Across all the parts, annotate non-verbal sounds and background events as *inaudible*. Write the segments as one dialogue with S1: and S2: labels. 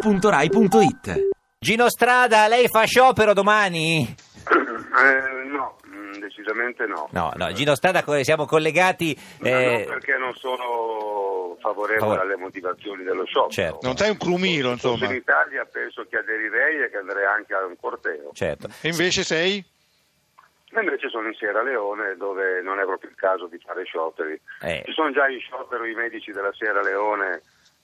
S1: radio2pod.rai.it
S2: Gino Strada, lei fa sciopero domani?
S3: Eh, no, mm, decisamente no.
S2: No, no, Gino Strada, co- siamo collegati.
S3: Ma
S2: eh,
S3: non perché non sono favorevole
S2: Favore.
S3: alle motivazioni dello sciopero.
S2: Certo.
S4: Non sei un crumiro,
S3: Fossi
S4: insomma.
S3: in
S4: E
S3: Italia penso che aderirei e che andrei anche a un corteo.
S2: Certo.
S4: invece sei?
S3: E Invece sono in Sierra Leone dove non è proprio il caso di fare scioperi.
S2: Eh.
S3: Ci sono già in sciopero i medici della Sierra Leone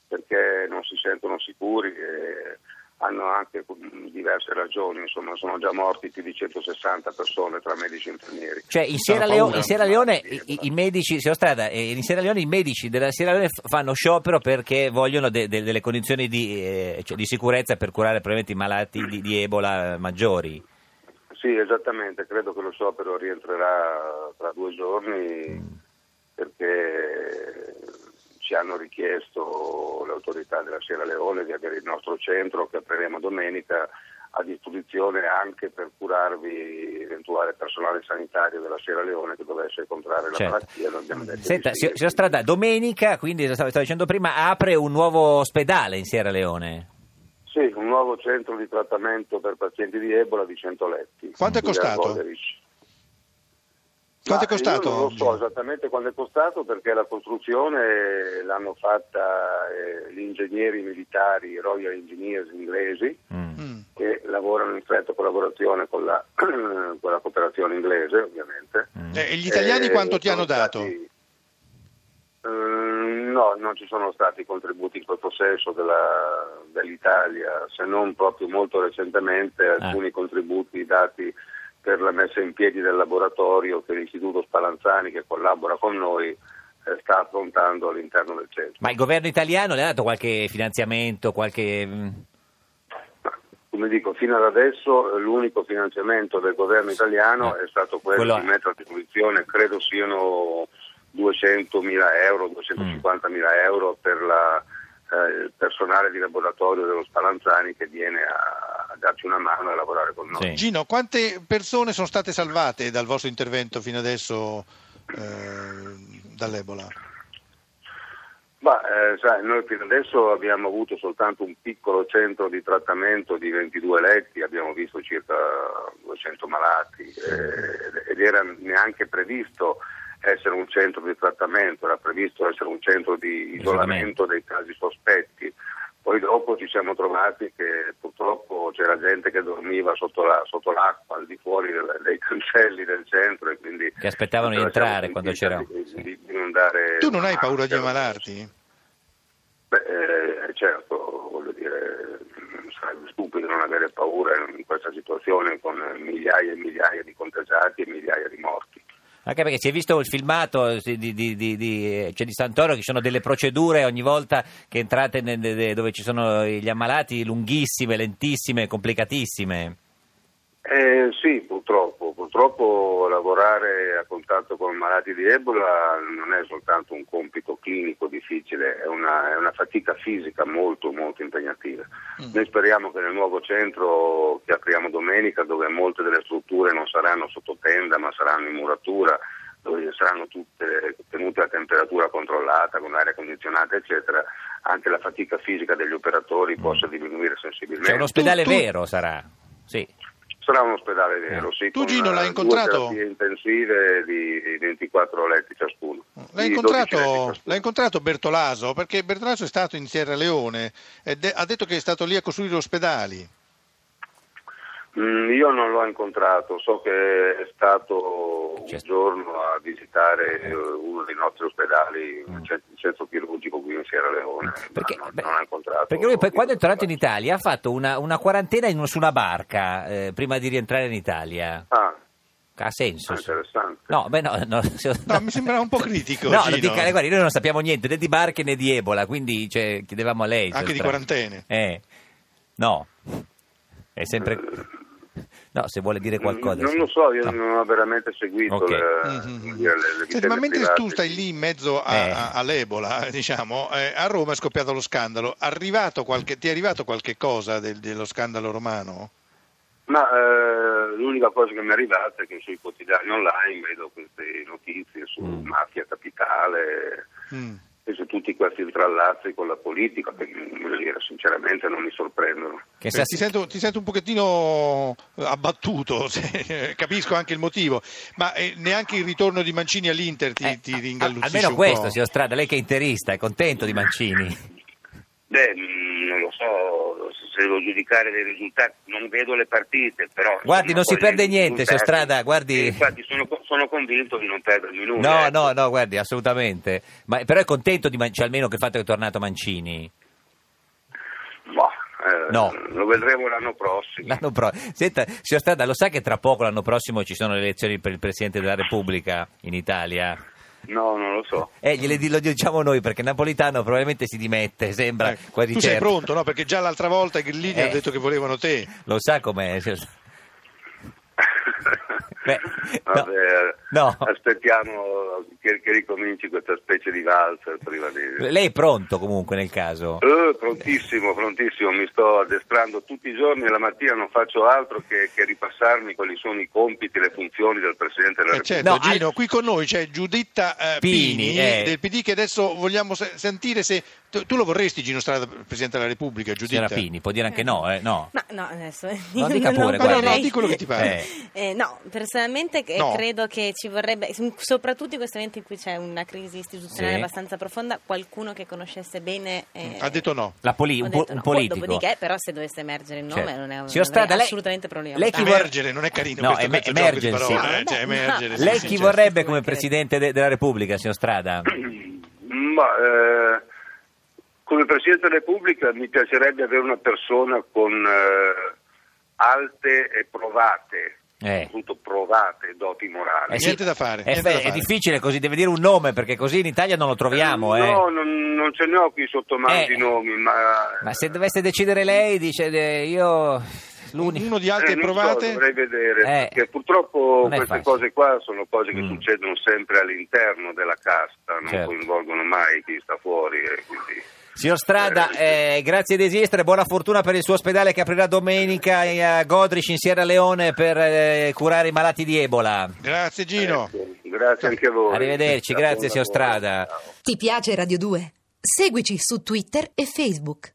S3: perché non si sentono sicuri e hanno anche mm, diverse ragioni, insomma sono già morti più di 160 persone tra medici e infermieri.
S2: Cioè, in Sierra,
S4: paura.
S2: Leo- in Sierra Leone i, i- i medici, signor Strada, eh, in Sierra Leone i medici della Sierra Leone f- fanno sciopero perché vogliono de- de- delle condizioni di, eh, cioè, di sicurezza per curare probabilmente i malati di, di Ebola eh, maggiori.
S3: Sì, esattamente, credo che lo sciopero rientrerà tra due giorni perché ci hanno richiesto le autorità della Sierra Leone di avere il nostro centro che apriremo domenica a disposizione anche per curarvi eventuale personale sanitario della Sierra Leone che dovesse contrarre la
S2: Certo.
S3: malattia. Lo abbiamo detto di
S2: Senta,
S3: sì.
S2: signor signor Strada, domenica, quindi lo stavo stavo dicendo prima, apre un nuovo ospedale in Sierra Leone.
S3: Sì, un nuovo centro di trattamento per pazienti di Ebola di 100 letti.
S4: Quanto è
S3: Qui a
S4: costato?
S3: Goderich.
S4: Quanto è
S3: Ma
S4: costato?
S3: Io non lo so esattamente quanto è costato perché la costruzione l'hanno fatta eh, gli ingegneri militari, i Royal Engineers inglesi,
S2: Mm.
S4: Mm.
S3: che lavorano in stretta collaborazione con la, *clears throat* con la cooperazione inglese, ovviamente.
S4: Eh, e gli italiani
S3: Eh,
S4: quanto ti
S3: sono
S4: hanno dato?
S3: stati- Ehm, no, non ci sono stati contributi in questo senso della- dell'Italia, se non proprio molto recentemente alcuni contributi dati per la messa in piedi del laboratorio che l'Istituto Spallanzani, che collabora con noi, eh, sta affrontando all'interno del centro.
S2: Ma il governo italiano le ha dato qualche finanziamento, qualche... mm,
S3: Come dico, fino ad adesso eh, l'unico finanziamento del governo italiano
S2: Eh,
S3: è stato quello,
S2: quello-
S3: di mettere a disposizione, credo siano 200.000 euro, 250.000
S2: Mm.
S3: euro per la, eh, il personale di laboratorio dello Spallanzani che viene a, a darci una mano e a lavorare con noi.
S2: Sì.
S4: Gino, quante persone sono state salvate dal vostro intervento fino adesso eh, dall'Ebola?
S3: Ma eh, sai, noi fino adesso abbiamo avuto soltanto un piccolo centro di trattamento di 22 letti, abbiamo visto circa 200 malati eh, ed era neanche previsto essere un centro di trattamento, era previsto essere un centro di
S2: Isolamento.
S3: isolamento dei casi sospetti. Poi dopo ci siamo trovati che purtroppo c'era gente che dormiva sotto, la- sotto l'acqua, al di fuori del- dei cancelli del centro e quindi...
S2: Che aspettavano di
S3: ce la siamo
S2: entrare quando
S3: sentita
S2: c'era-
S3: di- di- di non dare
S4: Tu non hai
S3: una
S4: paura di
S3: maschera.
S4: ammalarti?
S3: Beh, eh, certo, voglio dire, mh, sarebbe stupido non avere paura in questa situazione con migliaia e migliaia di contagiati e migliaia di morti.
S2: Anche perché si è visto il filmato di, di, di, di- di- cioè di Santoro che ci sono delle procedure ogni volta che entrate nel- de- de- dove ci sono gli ammalati lunghissime, lentissime, complicatissime.
S3: Eh, sì, purtroppo, purtroppo lavorare a contatto con malati di Ebola non è soltanto un compito clinico difficile, è una, è una fatica fisica molto molto impegnativa. Noi speriamo che nel nuovo centro che apriamo domenica, dove molte delle strutture non saranno sotto tenda ma saranno in muratura, dove saranno tutte tenute a temperatura controllata, con aria condizionata, eccetera, anche la fatica fisica degli operatori possa diminuire sensibilmente.
S2: Cioè un ospedale
S4: tu-
S2: vero sarà. Sì.
S3: Sarà un ospedale vero, sì.
S4: Tu,
S3: con,
S4: Gino, l'hai
S3: eh, Due
S4: incontrato?
S3: terapie intensive di 24 letti ciascuno.
S4: L'hai
S3: Di 12 letti
S4: incontrato,
S3: ciascuno.
S4: l'hai incontrato Bertolaso? Perché Bertolaso è stato in Sierra Leone e de- ha detto che è stato lì a costruire ospedali.
S3: Mm, io non l'ho incontrato, so che è stato
S2: C'è-
S3: un giorno a visitare eh, uno dei nostri ospedali, il cent- il centro chirurgico qui in Sierra Leone, ma
S2: Mm. Perché,
S3: non,
S2: beh,
S3: non l'ho incontrato.
S2: perché lui poi quando è tornato in Italia ha fatto una, una quarantena in- su una barca eh, prima di rientrare in Italia.
S3: Ah,
S2: Ha senso? sì.
S3: interessante.
S2: No, beh, no, *laughs* no,
S4: No, mi sembrava un po' critico,
S2: No,
S4: Gino.
S2: lo dica, guardi, noi non sappiamo niente né di barche né di Ebola, quindi cioè, chiedevamo a lei.
S4: Anche di
S2: Sostra.
S4: quarantene.
S2: Eh, no, è sempre. No, se vuole dire qualcosa.
S3: non
S2: sì.
S3: lo so, io
S2: No.
S3: non ho veramente seguito
S2: Ok.
S3: le,
S4: Mhm.
S3: come Ah, dire, le- le
S4: Senti, ma
S3: vicende
S4: mentre
S3: private.
S4: tu stai lì in mezzo a-
S2: Eh.
S4: a- all'Ebola, *laughs* eh, diciamo, eh, a Roma è scoppiato lo scandalo. Arrivato qualche- ti è arrivato qualche cosa del- dello scandalo romano?
S3: Ma eh, l'unica cosa che mi è arrivata è che sui quotidiani
S2: Mm.
S3: online vedo queste notizie su mafia capitale
S4: Mm.
S3: e su tutti i tutti questi intrallazzi con la politica, che voglio dire, sinceramente non mi sorprendono.
S4: Eh, ti, sento, ti, sento, un pochettino eh, abbattuto, *laughs* se, capisco anche il motivo, ma eh, neanche il ritorno di Mancini all'Inter ti, eh, ti ringalluzzisce
S2: Almeno questo, signor Strada, lei che è interista, è contento di
S3: *laughs*
S2: Mancini?
S3: Beh, mm, non lo so, se devo giudicare dei risultati, non vedo le partite, però...
S2: Guardi, non si perde niente, signor Strada, guardi...
S3: Infatti sono, sono, convinto di non perdermi
S2: nulla.
S3: No,
S2: no, no, guardi, assolutamente. Ma, però è contento di Mancini, almeno che il fatto che è tornato Mancini?
S3: Boh. Eh, no. Lo vedremo l'anno prossimo.
S2: L'anno pro... Senta, signor Strada, lo sa che tra poco l'anno prossimo ci sono le elezioni per il Presidente della Repubblica in Italia?
S3: No, non lo so.
S2: Eh, gliele lo diciamo noi perché Napolitano probabilmente si dimette, sembra eh, quasi
S4: Tu
S2: certo.
S4: sei pronto, no? Perché già l'altra volta Grillini eh, ha detto che volevano te.
S2: Lo sa com'è.
S3: Beh, *laughs* Vabbè, no. aspettiamo che, che, ricominci questa specie di valzer prima di...
S2: Lei è pronto comunque nel caso?
S3: Eh, prontissimo, prontissimo, mi sto addestrando tutti i giorni, la mattina non faccio altro che, che ripassarmi quali sono i compiti, le funzioni del Presidente della Repubblica.
S4: Eh certo, no, Gino, al... qui con noi c'è Giuditta eh, Pini, Pini eh. del PD che adesso vogliamo se- sentire se... Tu, tu, lo vorresti Gino Strada Presidente della Repubblica, Giuditta?
S2: Signora Pini, può dire anche no, eh? No,
S1: Ma, no adesso... *laughs*
S2: No, dica pure, Eh.
S4: no, no, no, di quello che ti pare.
S1: Eh, no, personalmente
S4: No.
S1: credo che ci vorrebbe, soprattutto in questo momento in cui c'è una crisi istituzionale
S2: Sì.
S1: abbastanza profonda, qualcuno che conoscesse bene... eh,
S4: Mm. Ha detto no.
S2: La poli-
S1: ho
S2: un,
S1: detto
S2: po- un
S1: no. Poi,
S2: politico.
S1: Dopodiché, però, se dovesse emergere il nome,
S2: Certo.
S1: non è, un-
S2: Signor Strada,
S1: non è
S2: lei-
S1: assolutamente problema.
S2: lei chi vorrebbe-
S4: Emergere, non è carino
S2: Eh, No,
S4: questo,
S2: em-
S4: questo gioco di
S2: emergersi.
S4: parole, eh,
S1: No,
S4: cioè,
S1: no.
S4: emergere, sì,
S2: Lei
S4: sì,
S2: chi
S4: certo.
S2: vorrebbe come
S1: Credo.
S2: Presidente de- della Repubblica, signor Strada?
S3: Ma, eh, come Presidente della Repubblica mi piacerebbe avere una persona con eh, alte e provate,
S2: Eh.
S3: soprattutto provate doti morali.
S2: Eh sì,
S4: *clears throat* Niente da fare,
S2: È,
S4: niente
S2: fe-
S4: da
S2: è
S4: fare.
S2: difficile così, deve dire un nome perché così in Italia non lo troviamo. eh.
S3: No, non, non ce ne ho qui sotto mano
S2: Eh.
S3: i nomi, ma...
S2: Ma se dovesse decidere lei, dice eh, io l'unico.
S4: Uno di
S3: Eh,
S4: alte
S3: non so,
S4: provate?
S3: dovrei vedere,
S2: Eh.
S3: perché purtroppo
S2: Non è
S3: queste
S2: facile.
S3: cose qua sono cose che
S2: Mm.
S3: succedono sempre all'interno della casta, non
S2: Certo.
S3: coinvolgono mai chi sta fuori. e quindi-
S2: Signor Strada, eh, grazie di esistere, buona fortuna per il suo ospedale che aprirà domenica eh, a Godrich in Sierra Leone per eh, curare i malati di Ebola.
S4: Grazie Gino.
S3: Ecco, Grazie anche a voi.
S2: Arrivederci,
S3: Buon
S2: grazie, signor
S3: lavoro.
S2: Strada.
S3: Ciao.
S5: Ti piace Radio 2? Seguici su Twitter e Facebook.